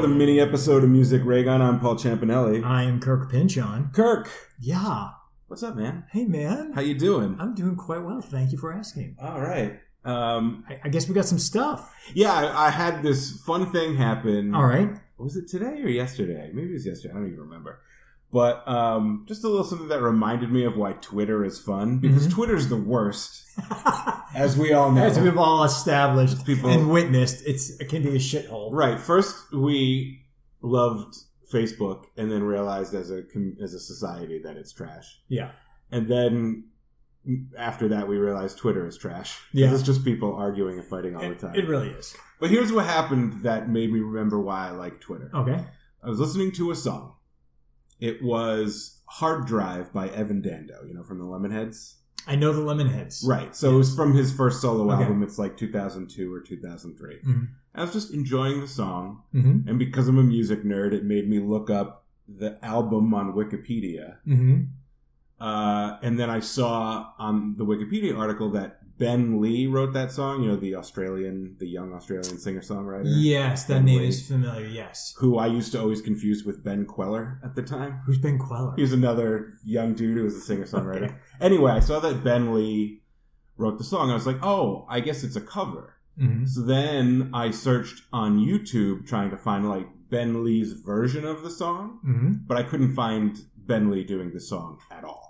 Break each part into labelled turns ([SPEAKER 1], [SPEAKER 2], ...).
[SPEAKER 1] episode of Music Raygun. I'm Paul Champanelli.
[SPEAKER 2] I am Kirk Pinchon.
[SPEAKER 1] Kirk,
[SPEAKER 2] Yeah.
[SPEAKER 1] what's up, man?
[SPEAKER 2] Hey, man.
[SPEAKER 1] How you doing?
[SPEAKER 2] I'm doing quite well. Thank you for asking.
[SPEAKER 1] All right. Um,
[SPEAKER 2] I, I guess we got some stuff.
[SPEAKER 1] yeah, I, I had this fun thing happen.
[SPEAKER 2] All right.
[SPEAKER 1] Was it today or yesterday? Maybe it was yesterday. I don't even remember. But um, just a little something that reminded me of why Twitter is fun because Twitter's the worst, as we all know.
[SPEAKER 2] Mm-hmm. As we've all established
[SPEAKER 1] People-
[SPEAKER 2] and witnessed, it's it can be a shithole.
[SPEAKER 1] Right. First, we loved Facebook, and then realized as a com- as a society that it's trash.
[SPEAKER 2] Yeah.
[SPEAKER 1] And then after that, we realized Twitter is trash.
[SPEAKER 2] Yeah.
[SPEAKER 1] It's just people arguing and fighting all
[SPEAKER 2] It,
[SPEAKER 1] the time.
[SPEAKER 2] it really is.
[SPEAKER 1] but here's what happened that made me remember why I like Twitter.
[SPEAKER 2] Okay.
[SPEAKER 1] I was listening to a song. It was "Hard Drive" by Evan Dando. You know, from the Lemonheads.
[SPEAKER 2] I know the Lemonheads.
[SPEAKER 1] Right. So it was from his first solo
[SPEAKER 2] Okay.
[SPEAKER 1] album. It's like 2002 or 2003.
[SPEAKER 2] Mhm.
[SPEAKER 1] I was just enjoying the song.
[SPEAKER 2] Mm-hmm.
[SPEAKER 1] And because I'm a music nerd, it made me look up the album on Wikipedia.
[SPEAKER 2] Mm-hmm.
[SPEAKER 1] Uh, and then I saw on the Wikipedia article that Ben Lee wrote that song, you know, the Australian, the young Australian singer songwriter,
[SPEAKER 2] Yes, that
[SPEAKER 1] And
[SPEAKER 2] name
[SPEAKER 1] Wade.
[SPEAKER 2] is familiar. Yes.
[SPEAKER 1] who I used to always confuse with Ben Queller at the time.
[SPEAKER 2] Who's Ben Queller?
[SPEAKER 1] He was another young dude who was a singer songwriter. Anyway, I saw that Ben Lee wrote the song. I was like, oh, I guess it's a cover.
[SPEAKER 2] hmm
[SPEAKER 1] So then I searched on YouTube trying to find like Ben Lee's version of the song,
[SPEAKER 2] hmm
[SPEAKER 1] but I couldn't find Ben Lee doing the song at all.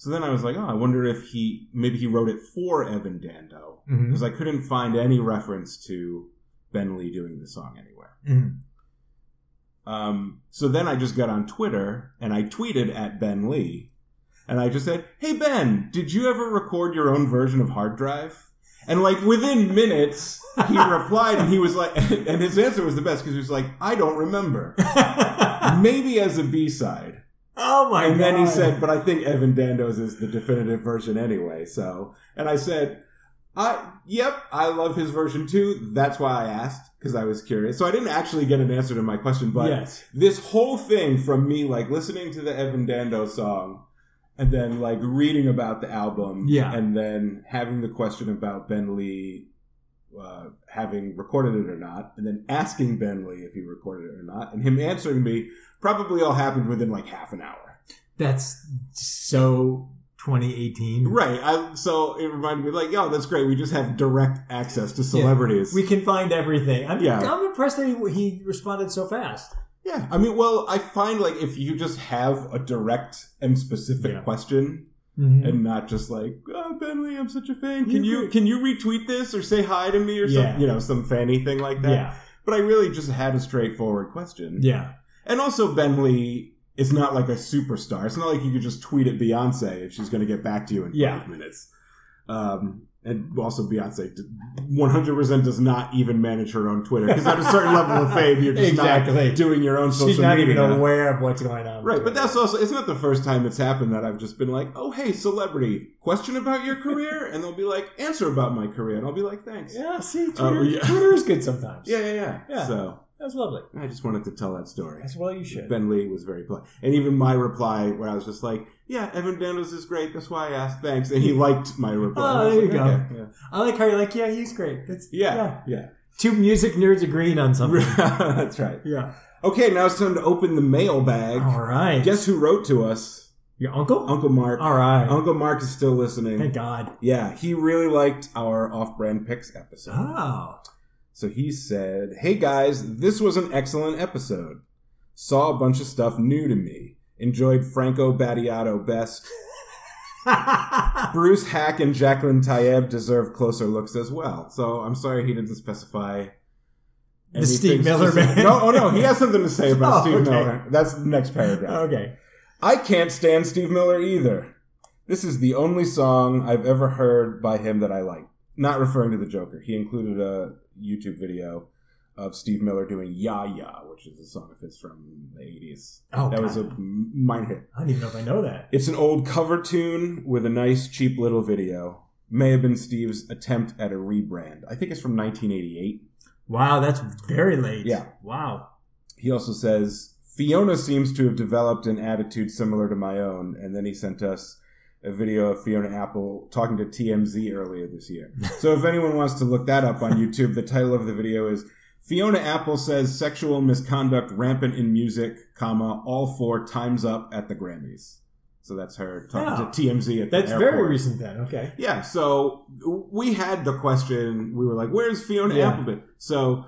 [SPEAKER 1] So then I was like, oh, I wonder if he maybe he wrote it for Evan Dando
[SPEAKER 2] hmm
[SPEAKER 1] because I couldn't find any reference to Ben Lee doing the song anywhere.
[SPEAKER 2] Mhm.
[SPEAKER 1] Um, so then I just got on Twitter and I tweeted at Ben Lee, and I just said, "Hey Ben, did you ever record your own version of Hard Drive?" And like within minutes, he replied, and he was like, and his answer was the best because he was like, "I don't remember. Maybe as a B side."
[SPEAKER 2] oh my god.
[SPEAKER 1] And then he said, "But I think Evan Dando's is the definitive version anyway." So, and I said, "I yep, I love his version too. That's why I asked because I was curious. So I didn't actually get an answer to my question, but
[SPEAKER 2] yes.
[SPEAKER 1] this whole thing from me like listening to the Evan Dando song." And then, like reading about the album,
[SPEAKER 2] Yeah.
[SPEAKER 1] and then having the question about Ben Lee uh, having recorded it or not, and then asking Ben Lee if he recorded it or not, and him answering me probably all happened within like half an hour.
[SPEAKER 2] That's so 2018.
[SPEAKER 1] Right. I, so it reminded me, like, yo, that's great. We just have direct access to celebrities.
[SPEAKER 2] We can find everything. I'm,
[SPEAKER 1] Yeah.
[SPEAKER 2] I'm impressed that he, he responded so fast.
[SPEAKER 1] yeah. I mean, well, I find like if you just have a direct and specific
[SPEAKER 2] Yeah.
[SPEAKER 1] question,
[SPEAKER 2] Mm-hmm.
[SPEAKER 1] and not just like, oh, Ben Lee, I'm such a fan.
[SPEAKER 2] You
[SPEAKER 1] Can you
[SPEAKER 2] could-
[SPEAKER 1] can you retweet this or say hi to me or
[SPEAKER 2] Yeah.
[SPEAKER 1] some you know some fanny thing like that?
[SPEAKER 2] Yeah,
[SPEAKER 1] But I really just had a straightforward question.
[SPEAKER 2] yeah,
[SPEAKER 1] And also, Ben Lee is not like a superstar. It's not like you could just tweet at Beyonce and she's going to get back to you in
[SPEAKER 2] Yeah.
[SPEAKER 1] five minutes. Um, and also, Beyonce d- 100% does not even manage her own Twitter because at a certain level of fame, you're just
[SPEAKER 2] Exactly.
[SPEAKER 1] not doing your own social
[SPEAKER 2] She's not
[SPEAKER 1] media.
[SPEAKER 2] even aware of what's going on.
[SPEAKER 1] Right, but that's also, it's not the first time it's happened that I've just been like, oh, hey, celebrity, question about your career? And they'll be like, answer about my career. And I'll be like, thanks. Yeah,
[SPEAKER 2] yeah. See, Twitter,
[SPEAKER 1] Uh, well, yeah.
[SPEAKER 2] Twitter is good sometimes.
[SPEAKER 1] yeah, yeah.
[SPEAKER 2] Yeah.
[SPEAKER 1] So
[SPEAKER 2] that's lovely.
[SPEAKER 1] I just wanted to tell that story.
[SPEAKER 2] As well, you should.
[SPEAKER 1] Ben Lee was very polite. And even my reply, where I was just like, yeah, Evan Daniels is great. That's why I asked. Thanks. And he liked my reply.
[SPEAKER 2] Oh,
[SPEAKER 1] I was
[SPEAKER 2] there you
[SPEAKER 1] like,
[SPEAKER 2] go.
[SPEAKER 1] "Okay, yeah.
[SPEAKER 2] I like how you're like, yeah, he's great. That's
[SPEAKER 1] Yeah, yeah.
[SPEAKER 2] Two music nerds agreeing on something.
[SPEAKER 1] That's right.
[SPEAKER 2] yeah.
[SPEAKER 1] Okay, now it's time to open the mailbag.
[SPEAKER 2] All right.
[SPEAKER 1] Guess who wrote to us?
[SPEAKER 2] Your uncle.
[SPEAKER 1] Uncle Mark.
[SPEAKER 2] All right.
[SPEAKER 1] Uncle Mark is still listening.
[SPEAKER 2] Thank God.
[SPEAKER 1] Yeah, he really liked our off brand picks episode.
[SPEAKER 2] Oh.
[SPEAKER 1] So he said, Hey guys, this was an excellent episode. Saw a bunch of stuff new to me. Enjoyed Franco Battiato best. Bruce Hack and Jacqueline Tayeb deserve closer looks as well. So I'm sorry he didn't specify.
[SPEAKER 2] The
[SPEAKER 1] anything
[SPEAKER 2] Steve Miller
[SPEAKER 1] specific-
[SPEAKER 2] band.
[SPEAKER 1] No, oh no, he has something to say about
[SPEAKER 2] Oh,
[SPEAKER 1] Steve
[SPEAKER 2] okay.
[SPEAKER 1] Miller. That's the next paragraph.
[SPEAKER 2] okay.
[SPEAKER 1] I can't stand Steve Miller either. This is the only song I've ever heard by him that I like. Not referring to the Joker. He included a YouTube video of Steve Miller doing Ya Ya, which is a song of his from the 80s.
[SPEAKER 2] Oh,
[SPEAKER 1] that
[SPEAKER 2] God.
[SPEAKER 1] was a mine hit.
[SPEAKER 2] I don't even know if I know that.
[SPEAKER 1] It's an old cover tune with a nice, cheap little video. May have been Steve's attempt at a rebrand. I think it's from 1988.
[SPEAKER 2] Wow, that's very late.
[SPEAKER 1] Yeah.
[SPEAKER 2] Wow.
[SPEAKER 1] He also says Fiona seems to have developed an attitude similar to my own, and then he sent us a video of Fiona Apple talking to TMZ earlier this year. so if anyone wants to look that up on YouTube, the title of the video is Fiona Apple says sexual misconduct rampant in music, comma all four times up at the Grammys. So that's her talking to
[SPEAKER 2] Oh.
[SPEAKER 1] TMZ at the
[SPEAKER 2] That's
[SPEAKER 1] airport.
[SPEAKER 2] very recent then. Okay.
[SPEAKER 1] Yeah, so we had the question. We were like, "Where's Fiona
[SPEAKER 2] Yeah.
[SPEAKER 1] Appleton?" So,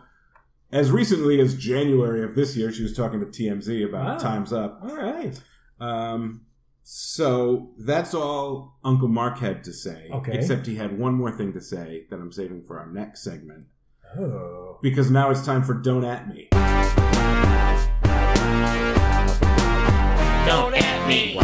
[SPEAKER 1] as recently as January of this year, she was talking to TMZ about
[SPEAKER 2] Wow.
[SPEAKER 1] Times Up.
[SPEAKER 2] All right.
[SPEAKER 1] Um, so that's all Uncle Mark had to say.
[SPEAKER 2] Okay.
[SPEAKER 1] Except he had one more thing to say that I'm saving for our next segment
[SPEAKER 2] Oh.
[SPEAKER 1] because now it's time for "Don't at Me."
[SPEAKER 3] Don't at me.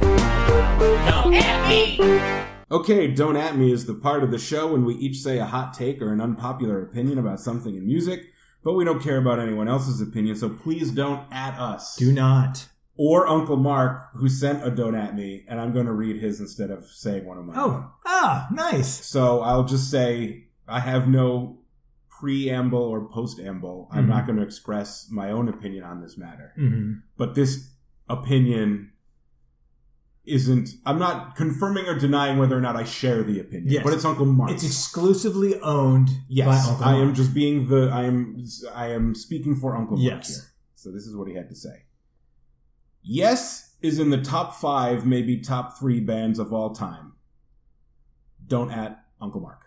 [SPEAKER 3] Don't at me.
[SPEAKER 1] Okay, Don't At Me is the part of the show when we each say a hot take or an unpopular opinion about something in music, but we don't care about anyone else's opinion, so please don't at us.
[SPEAKER 2] Do not.
[SPEAKER 1] or Uncle Mark, who sent a Don't At Me, and I'm going to read his instead of saying one of mine.
[SPEAKER 2] Oh. Ah. Nice.
[SPEAKER 1] So I'll just say I have no preamble or postamble. I'm
[SPEAKER 2] Mhm.
[SPEAKER 1] not going to express my own opinion on this matter.
[SPEAKER 2] Mm-hmm.
[SPEAKER 1] But this opinion isn't, I'm not confirming or denying whether or not I share the opinion,
[SPEAKER 2] Yes.
[SPEAKER 1] but it's Uncle Mark.
[SPEAKER 2] It's exclusively owned by
[SPEAKER 1] Yes,
[SPEAKER 2] Uncle
[SPEAKER 1] I am
[SPEAKER 2] Mark.
[SPEAKER 1] just being the I am I am speaking for Uncle Mark
[SPEAKER 2] Yes.
[SPEAKER 1] here. So this is what he had to say. Yes is in the top five, maybe top three bands of all time. Don't at Uncle Mark.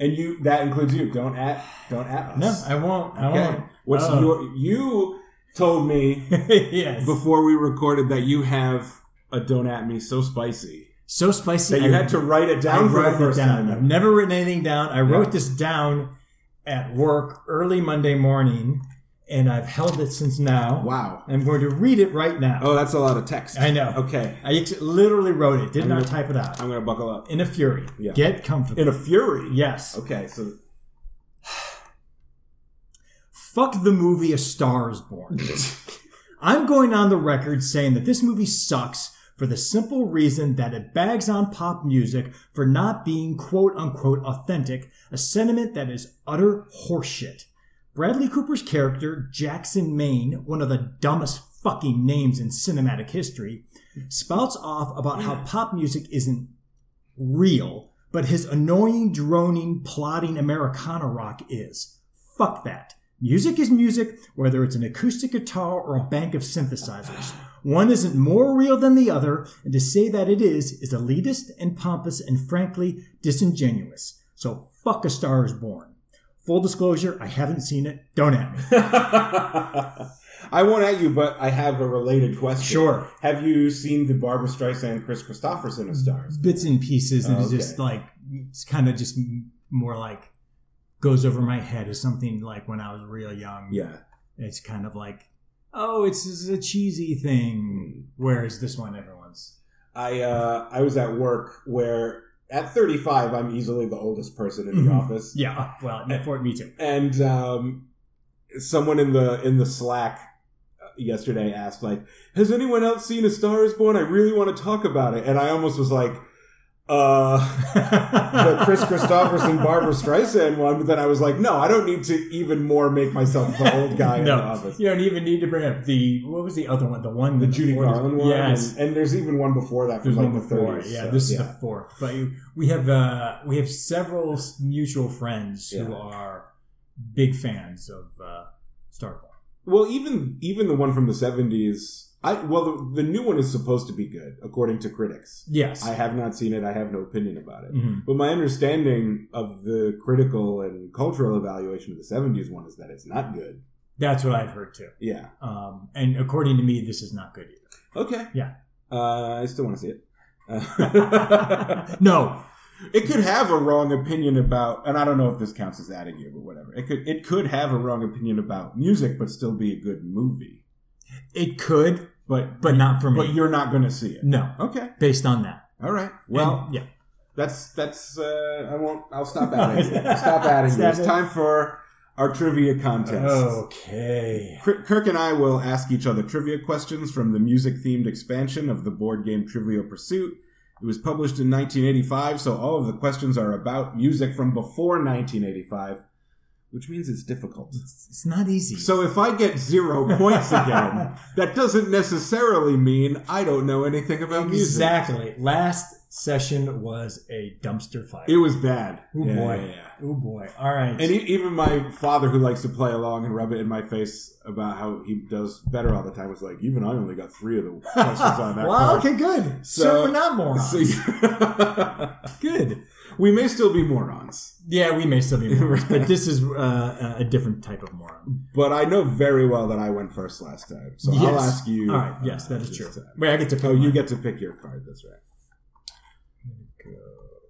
[SPEAKER 1] And you that includes you. Don't at don't at
[SPEAKER 2] No,
[SPEAKER 1] us.
[SPEAKER 2] I won't. I
[SPEAKER 1] okay. What's
[SPEAKER 2] Oh.
[SPEAKER 1] your you told me
[SPEAKER 2] won't. yes.
[SPEAKER 1] before we recorded that you have a don't at me so spicy
[SPEAKER 2] so spicy.
[SPEAKER 1] that you
[SPEAKER 2] I-
[SPEAKER 1] had to write it down
[SPEAKER 2] I
[SPEAKER 1] for
[SPEAKER 2] wrote
[SPEAKER 1] the
[SPEAKER 2] it
[SPEAKER 1] first
[SPEAKER 2] down. I've
[SPEAKER 1] time.
[SPEAKER 2] never written anything down. I wrote this down at work early Monday morning, and I've held it since now.
[SPEAKER 1] Wow.
[SPEAKER 2] I'm going to read it right now.
[SPEAKER 1] Oh, that's a lot of text.
[SPEAKER 2] I know.
[SPEAKER 1] Okay.
[SPEAKER 2] I ex- literally wrote it. Did
[SPEAKER 1] I'm
[SPEAKER 2] not
[SPEAKER 1] gonna-
[SPEAKER 2] type it out.
[SPEAKER 1] I'm going to buckle up.
[SPEAKER 2] In a fury.
[SPEAKER 1] Yeah.
[SPEAKER 2] Get comfortable.
[SPEAKER 1] In a fury?
[SPEAKER 2] yes.
[SPEAKER 1] Okay, so.
[SPEAKER 2] Fuck the movie A Star Is Born. I'm going on the record saying that this movie sucks for the simple reason that it bags on pop music for not being quote unquote authentic, a sentiment that is utter horseshit. Bradley Cooper's character, Jackson Maine, one of the dumbest fucking names in cinematic history, spouts off about how pop music isn't real, but his annoying, droning, plodding Americana rock is. Fuck that. Music is music, whether it's an acoustic guitar or a bank of synthesizers. One isn't more real than the other, and to say that it is is elitist and pompous and frankly disingenuous. So fuck A Star is Born. Full disclosure, I haven't seen it. Don't at me.
[SPEAKER 1] I won't at you, but I have a related question. Have you seen the Barbara Streisand Chris Christopherson of Stars?
[SPEAKER 2] Bits and pieces, and
[SPEAKER 1] Oh,
[SPEAKER 2] it's just
[SPEAKER 1] okay.
[SPEAKER 2] like, it's kind of just more like goes over my head as something like when I was real young.
[SPEAKER 1] Yeah.
[SPEAKER 2] it's kind of like, oh, it's, it's a cheesy thing.
[SPEAKER 1] Hmm.
[SPEAKER 2] Whereas this one, everyone's
[SPEAKER 1] I uh, I was at work where at 35 I'm easily the oldest person in the
[SPEAKER 2] Mhm.
[SPEAKER 1] office,
[SPEAKER 2] yeah. Well, no, for me too.
[SPEAKER 1] and um, someone in the in the Slack uh, yesterday asked like, "Has anyone else seen A Star Is Born? I really want to talk about it," and I almost was like, "Uh." the Chris Christopherson Barbara Streisand one, but then I was like, no, I don't need to even more make myself the old guy in the
[SPEAKER 2] No,
[SPEAKER 1] office.
[SPEAKER 2] you don't even need to bring up the what was the other one? The one
[SPEAKER 1] The
[SPEAKER 2] with
[SPEAKER 1] Judy
[SPEAKER 2] four-
[SPEAKER 1] Garland one,
[SPEAKER 2] Yes,
[SPEAKER 1] and, and there's even one before that from
[SPEAKER 2] there's
[SPEAKER 1] like
[SPEAKER 2] one
[SPEAKER 1] the
[SPEAKER 2] before.
[SPEAKER 1] 30s.
[SPEAKER 2] yeah,
[SPEAKER 1] so,
[SPEAKER 2] this is
[SPEAKER 1] yeah.
[SPEAKER 2] the fourth. But you- we have uh, we have several s- mutual friends
[SPEAKER 1] Yeah.
[SPEAKER 2] who are big fans of uh, Star Wars.
[SPEAKER 1] well, even even the one from the 70s. I well, the, the new one is supposed to be good according to critics.
[SPEAKER 2] Yes.
[SPEAKER 1] I have not seen it. I have no opinion about it.
[SPEAKER 2] Mhm.
[SPEAKER 1] But my understanding of the critical and cultural evaluation of the 70s one is that it's not good.
[SPEAKER 2] That's what I've heard too.
[SPEAKER 1] Yeah.
[SPEAKER 2] Um, and according to me, this is not good either.
[SPEAKER 1] Okay.
[SPEAKER 2] Yeah.
[SPEAKER 1] Uh, I still want to see it. Uh,
[SPEAKER 2] no,
[SPEAKER 1] It could have a wrong opinion about, and I don't know if this counts as adding you, but whatever. It could it could have a wrong opinion about music, but still be a good movie.
[SPEAKER 2] It could,
[SPEAKER 1] But
[SPEAKER 2] but not for me.
[SPEAKER 1] but you're not going to see it.
[SPEAKER 2] no,
[SPEAKER 1] Okay,
[SPEAKER 2] based on that.
[SPEAKER 1] all right. Well,
[SPEAKER 2] And- yeah,
[SPEAKER 1] that's that's. Uh, I won't. I'll stop adding. you. I'll Stop adding. you.
[SPEAKER 2] Stop
[SPEAKER 1] It's
[SPEAKER 2] it. Oh.
[SPEAKER 1] time for our trivia contest.
[SPEAKER 2] okay.
[SPEAKER 1] Kir- Kirk and I will ask each other trivia questions from the music themed expansion of the board game Trivial Pursuit. It was published in 1985, so all of the questions are about music from before 1985, which means it's difficult.
[SPEAKER 2] It's, it's not easy.
[SPEAKER 1] So if I get zero points again, that doesn't necessarily mean I don't know anything about music.
[SPEAKER 2] exactly. Last session was a dumpster fire.
[SPEAKER 1] It was bad.
[SPEAKER 2] Oh,
[SPEAKER 1] Yeah,
[SPEAKER 2] boy.
[SPEAKER 1] yeah, yeah.
[SPEAKER 2] oh boy. All right.
[SPEAKER 1] And e- even my father, who likes to play along and rub it in my face about how he does better all the time, was like, "Even I only got three of the questions on that
[SPEAKER 2] wow.
[SPEAKER 1] card."
[SPEAKER 2] Okay. Good. So,
[SPEAKER 1] So-
[SPEAKER 2] we're not morons.
[SPEAKER 1] So-
[SPEAKER 2] good.
[SPEAKER 1] we may still be morons,
[SPEAKER 2] Yeah, we may still be morons, but this is uh, a different type of moron.
[SPEAKER 1] but I know very well that I went first last time, so I'll
[SPEAKER 2] Yes.
[SPEAKER 1] ask you.
[SPEAKER 2] All right. Yes,
[SPEAKER 1] uh,
[SPEAKER 2] that is
[SPEAKER 1] this
[SPEAKER 2] true.
[SPEAKER 1] time.
[SPEAKER 2] Wait, I get to.
[SPEAKER 1] Oh, you get to pick your card. That's right.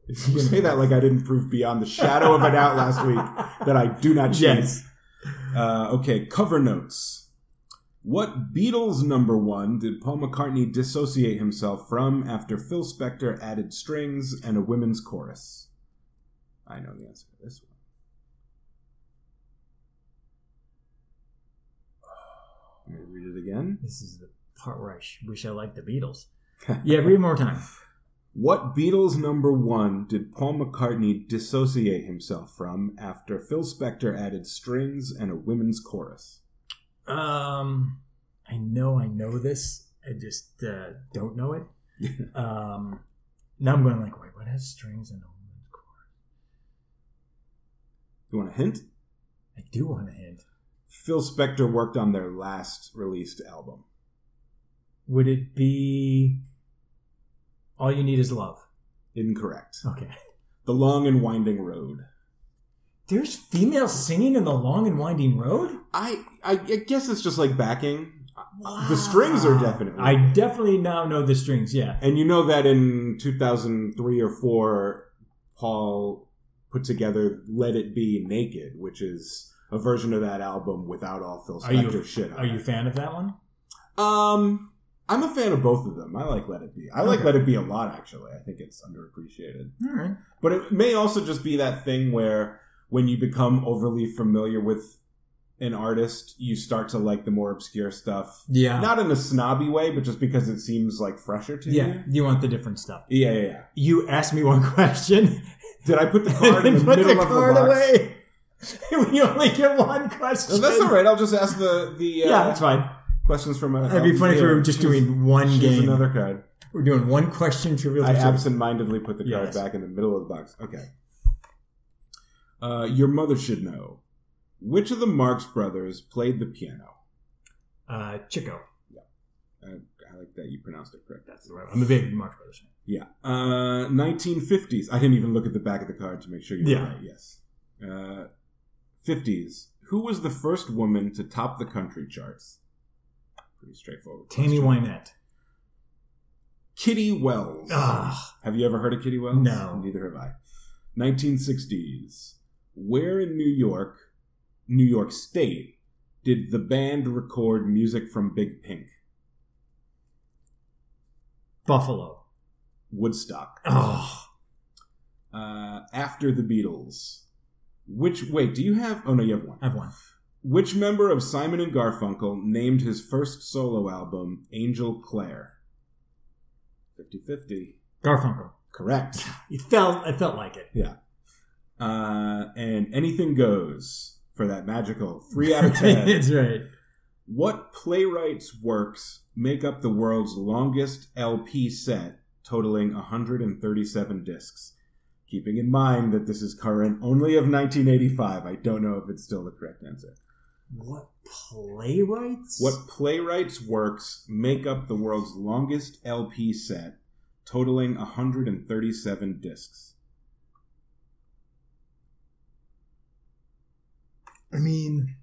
[SPEAKER 1] You say that like I didn't prove beyond the shadow of a doubt last week that I do not cheat.
[SPEAKER 2] Yes.
[SPEAKER 1] Uh, okay, cover notes. What Beatles number one did Paul McCartney dissociate himself from after Phil Spector added strings and a women's chorus? I know the answer to this one. Let me read it again.
[SPEAKER 2] This is the part where I sh- wish I liked the Beatles. Yeah, read it more time.
[SPEAKER 1] What Beatles number one did Paul McCartney dissociate himself from after Phil Spector added strings and a women's chorus?
[SPEAKER 2] Um, I know, I know this. I just uh, don't know it. um, now I'm going like, wait, what has strings and a woman's chord?
[SPEAKER 1] You want a hint?
[SPEAKER 2] I do want a hint.
[SPEAKER 1] Phil Spector worked on their last released album.
[SPEAKER 2] Would it be all you need is love?
[SPEAKER 1] Incorrect.
[SPEAKER 2] Okay.
[SPEAKER 1] The Long and Winding Road.
[SPEAKER 2] There's female singing in the long and winding road.
[SPEAKER 1] I I, I guess it's just like backing. The strings are definitely.
[SPEAKER 2] I definitely now know the strings. Yeah.
[SPEAKER 1] and you know that in 2003 or 4 Paul put together Let It Be Naked, which is a version of that album without all Phil
[SPEAKER 2] Are you-
[SPEAKER 1] Spector shit on
[SPEAKER 2] Are
[SPEAKER 1] it.
[SPEAKER 2] you a fan of that one?
[SPEAKER 1] Um, I'm a fan of both of them. I like Let It Be. I like
[SPEAKER 2] Okay.
[SPEAKER 1] Let It Be a lot, actually. I think it's underappreciated.
[SPEAKER 2] All right.
[SPEAKER 1] But it may also just be that thing where when you become overly familiar with an artist, you start to like the more obscure stuff.
[SPEAKER 2] Yeah.
[SPEAKER 1] Not in a snobby way, but just because it seems like fresher to
[SPEAKER 2] yeah. You want the different stuff.
[SPEAKER 1] you. Yeah, yeah, yeah.
[SPEAKER 2] You asked me one question.
[SPEAKER 1] Did I put the
[SPEAKER 2] and
[SPEAKER 1] card in
[SPEAKER 2] then
[SPEAKER 1] the
[SPEAKER 2] put
[SPEAKER 1] middle
[SPEAKER 2] the
[SPEAKER 1] of the
[SPEAKER 2] card
[SPEAKER 1] box?
[SPEAKER 2] away. we only get one question.
[SPEAKER 1] No, that's all right. I'll just ask the the uh,
[SPEAKER 2] Yeah, that's fine.
[SPEAKER 1] questions from. Uh,
[SPEAKER 2] It'd be funny if we were just doing one
[SPEAKER 1] Here's
[SPEAKER 2] game.
[SPEAKER 1] another card.
[SPEAKER 2] We're doing one question trivial.
[SPEAKER 1] I
[SPEAKER 2] pursuit.
[SPEAKER 1] absentmindedly put the card
[SPEAKER 2] Yes.
[SPEAKER 1] back in the middle of the box. Okay. Uh, your mother should know. Which of the Marx brothers played the piano?
[SPEAKER 2] uh, Chico.
[SPEAKER 1] I, I like that you pronounced it correct.
[SPEAKER 2] That's the right one. I'm a big Marx Brothers fan.
[SPEAKER 1] Yeah. Uh, 1950s. I didn't even look at the back of the card to make sure you were
[SPEAKER 2] Yeah.
[SPEAKER 1] right. Yes. Uh, 50s. Who was the first woman to top the country charts? Pretty straightforward.
[SPEAKER 2] Tammy
[SPEAKER 1] question.
[SPEAKER 2] Wynette.
[SPEAKER 1] Kitty Wells.
[SPEAKER 2] Ah,
[SPEAKER 1] Have you ever heard of Kitty Wells?
[SPEAKER 2] No.
[SPEAKER 1] Neither have I. 1960s. Where in New York, New York State, did the band record music from Big Pink?
[SPEAKER 2] Buffalo.
[SPEAKER 1] Woodstock.
[SPEAKER 2] Oh,
[SPEAKER 1] Uh, after the Beatles. Which, wait, do you have, oh no, you have one.
[SPEAKER 2] I've won.
[SPEAKER 1] Which member of Simon and Garfunkel named his first solo album Angel Claire? 50 50.
[SPEAKER 2] Garfunkel.
[SPEAKER 1] Correct.
[SPEAKER 2] It felt. It felt like it.
[SPEAKER 1] Uh, and Anything Goes for that magical 3 out of 10.
[SPEAKER 2] That's right.
[SPEAKER 1] What playwright's works make up the world's longest LP set, totaling 137 discs? Keeping in mind that this is current only of 1985, I don't know if it's still the correct answer.
[SPEAKER 2] What playwrights?
[SPEAKER 1] What playwright's works make up the world's longest LP set, totaling 137 discs?
[SPEAKER 2] I mean,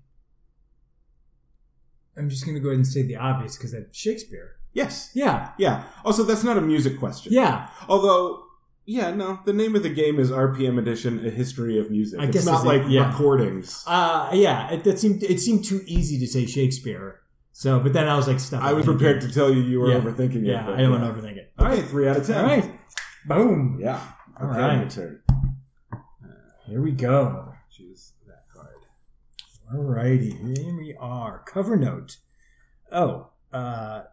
[SPEAKER 2] I'm just gonna go ahead and say the obvious because that's Shakespeare.
[SPEAKER 1] Yes.
[SPEAKER 2] Yeah.
[SPEAKER 1] Yeah. Also, that's not a music question.
[SPEAKER 2] Yeah.
[SPEAKER 1] Although, yeah, no, the name of the game is RPM Edition: A History of Music.
[SPEAKER 2] I
[SPEAKER 1] it's
[SPEAKER 2] guess
[SPEAKER 1] not
[SPEAKER 2] it's-
[SPEAKER 1] like
[SPEAKER 2] yeah.
[SPEAKER 1] recordings.
[SPEAKER 2] Uh, yeah. It, that seemed. It seemed too easy to say Shakespeare. So, but then I was like, stop.
[SPEAKER 1] I was prepared to tell you you were
[SPEAKER 2] Yeah.
[SPEAKER 1] overthinking it.
[SPEAKER 2] Yeah,
[SPEAKER 1] but
[SPEAKER 2] I don't want to overthink it.
[SPEAKER 1] All right, three out of ten.
[SPEAKER 2] All right. Boom.
[SPEAKER 1] Yeah.
[SPEAKER 2] All
[SPEAKER 1] okay,
[SPEAKER 2] right.
[SPEAKER 1] your turn.
[SPEAKER 2] Here we go.
[SPEAKER 1] Choose that card.
[SPEAKER 2] All righty. Here we are. Cover note. Oh, uh,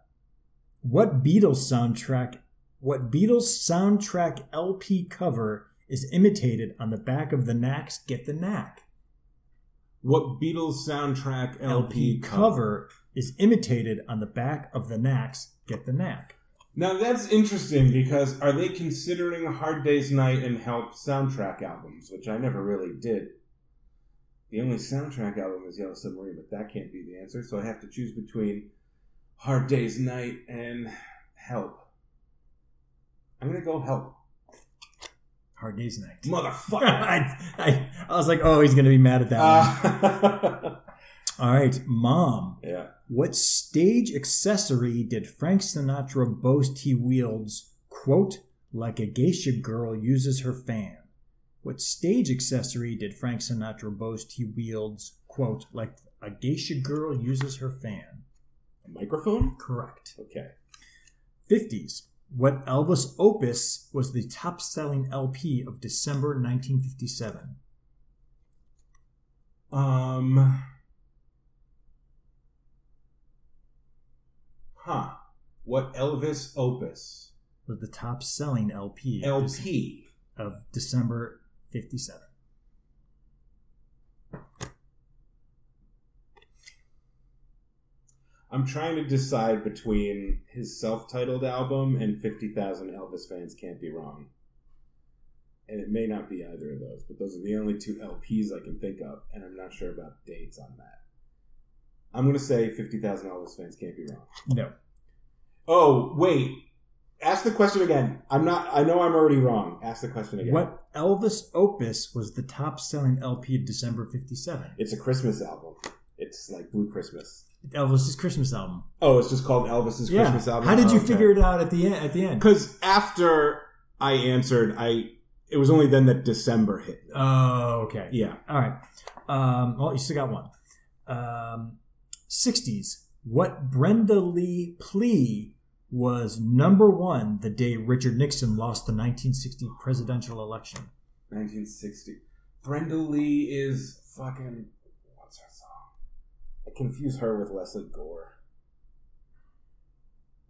[SPEAKER 2] what Beatles soundtrack? What Beatles soundtrack LP cover is imitated on the back of the Knack's "Get the Knack"?
[SPEAKER 1] What Beatles soundtrack LP,
[SPEAKER 2] LP cover is imitated on the back of the Knack's "Get the Knack."
[SPEAKER 1] Now that's interesting because are they considering Hard Day's Night and Help soundtrack albums, which I never really did. The only soundtrack album is Yellow Submarine, but that can't be the answer, so I have to choose between Hard Day's Night and Help. I'm gonna go Help.
[SPEAKER 2] Hard Day's Night.
[SPEAKER 1] Motherfucker.
[SPEAKER 2] I, I, I was like, oh, he's going to be mad at that one.
[SPEAKER 1] Uh,
[SPEAKER 2] All right, Mom.
[SPEAKER 1] yeah.
[SPEAKER 2] What stage accessory did Frank Sinatra boast he wields, quote, like a geisha girl uses her fan? What stage accessory did Frank Sinatra boast he wields, quote, like a geisha girl uses her fan?
[SPEAKER 1] A microphone?
[SPEAKER 2] Correct.
[SPEAKER 1] Okay.
[SPEAKER 2] 50s. What Elvis opus was the top selling LP of December 1957?
[SPEAKER 1] Um. Huh. What Elvis opus?
[SPEAKER 2] Was the top selling LP of Dece-
[SPEAKER 1] LP.
[SPEAKER 2] of December 57?
[SPEAKER 1] I'm trying to decide between his self-titled album and 50,000 Elvis fans can't be wrong. And it may not be either of those, but those are the only two LPs I can think of, and I'm not sure about dates on that. I'm going to say 50,000 Elvis fans can't be wrong.
[SPEAKER 2] No.
[SPEAKER 1] Oh, wait. Ask the question again. I'm not I know I'm already wrong. Ask the question again.
[SPEAKER 2] What Elvis opus was the top selling LP of December 57?
[SPEAKER 1] It's a Christmas album. It's like Blue Christmas.
[SPEAKER 2] Elvis's Christmas album.
[SPEAKER 1] Oh, it's just called Elvis's
[SPEAKER 2] Yeah.
[SPEAKER 1] Christmas album. Oh,
[SPEAKER 2] How did you figure it out at the end? At the end?
[SPEAKER 1] Because after I answered, I it was only then that December hit.
[SPEAKER 2] Oh, okay.
[SPEAKER 1] Yeah.
[SPEAKER 2] All right. Um, well, you still got one. Um, 60s. What Brenda Lee plea was number one the day Richard Nixon lost the 1960 presidential election?
[SPEAKER 1] 1960. Brenda Lee is fucking. What's her song? I confuse her with Leslie Gore.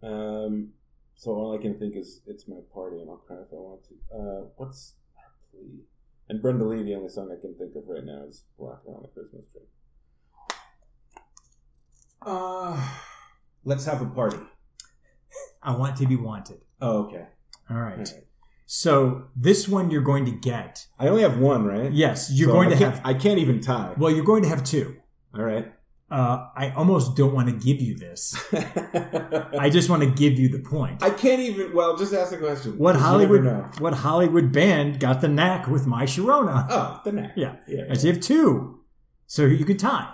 [SPEAKER 1] Um, so all I can think is it's my party and I'll cry if I want to. Uh, what's her plea? And Brenda Lee, the only song I can think of right now is Rock Around the Christmas Tree. Uh, let's have a party.
[SPEAKER 2] I want to be wanted.
[SPEAKER 1] Oh, okay.
[SPEAKER 2] All
[SPEAKER 1] All
[SPEAKER 2] right.
[SPEAKER 1] right.
[SPEAKER 2] So this one you're going to get.
[SPEAKER 1] I only have one, right?
[SPEAKER 2] Yes, you're
[SPEAKER 1] So
[SPEAKER 2] going
[SPEAKER 1] I
[SPEAKER 2] to
[SPEAKER 1] can't-
[SPEAKER 2] have.
[SPEAKER 1] I can't even tie.
[SPEAKER 2] Well, you're going to have two.
[SPEAKER 1] All right.
[SPEAKER 2] Uh, I almost don't want to give you this. I just want to give you the point.
[SPEAKER 1] I can't even. Well, just ask the question.
[SPEAKER 2] What
[SPEAKER 1] 'cause you
[SPEAKER 2] Hollywood?
[SPEAKER 1] never know.
[SPEAKER 2] What Hollywood band got the knack with My Sharona?
[SPEAKER 1] Oh, the neck.
[SPEAKER 2] Yeah.
[SPEAKER 1] yeah.
[SPEAKER 2] I see you have two, so you could tie.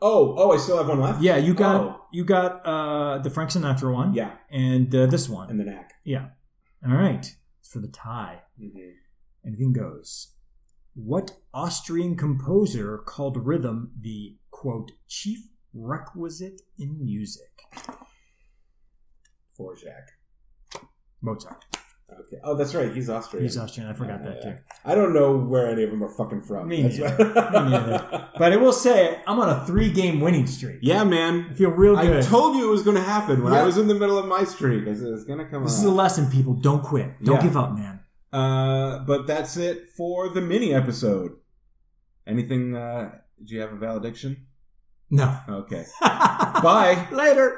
[SPEAKER 1] Oh, oh, I still have one left.
[SPEAKER 2] Yeah, you got
[SPEAKER 1] Oh.
[SPEAKER 2] you got uh, the Frank Sinatra one.
[SPEAKER 1] yeah,
[SPEAKER 2] and uh, this one.
[SPEAKER 1] and the neck.
[SPEAKER 2] All right, it's for the tie.
[SPEAKER 1] Mhm.
[SPEAKER 2] Anything goes. What Austrian composer called rhythm the quote chief requisite in music?
[SPEAKER 1] Forjak.
[SPEAKER 2] Mozart.
[SPEAKER 1] Okay. Oh, that's right. He's Austrian.
[SPEAKER 2] He's Austrian. I forgot that too.
[SPEAKER 1] I don't know where any of them are fucking from.
[SPEAKER 2] Me
[SPEAKER 1] That's
[SPEAKER 2] neither.
[SPEAKER 1] why-
[SPEAKER 2] Me neither. But I will say, I'm on a three-game winning streak.
[SPEAKER 1] yeah,
[SPEAKER 2] I
[SPEAKER 1] man.
[SPEAKER 2] feel real
[SPEAKER 1] I
[SPEAKER 2] good.
[SPEAKER 1] told you it was going to happen when
[SPEAKER 2] Yeah.
[SPEAKER 1] I was in the middle of my streak. I said it's going to come.
[SPEAKER 2] this
[SPEAKER 1] out.
[SPEAKER 2] is a lesson, people. Don't quit. Don't
[SPEAKER 1] Yeah.
[SPEAKER 2] give up, man.
[SPEAKER 1] Uh, but that's it for the mini episode. Anything? Uh, do you have a valediction?
[SPEAKER 2] No.
[SPEAKER 1] Okay.
[SPEAKER 2] Bye.
[SPEAKER 1] Bye.
[SPEAKER 2] Later.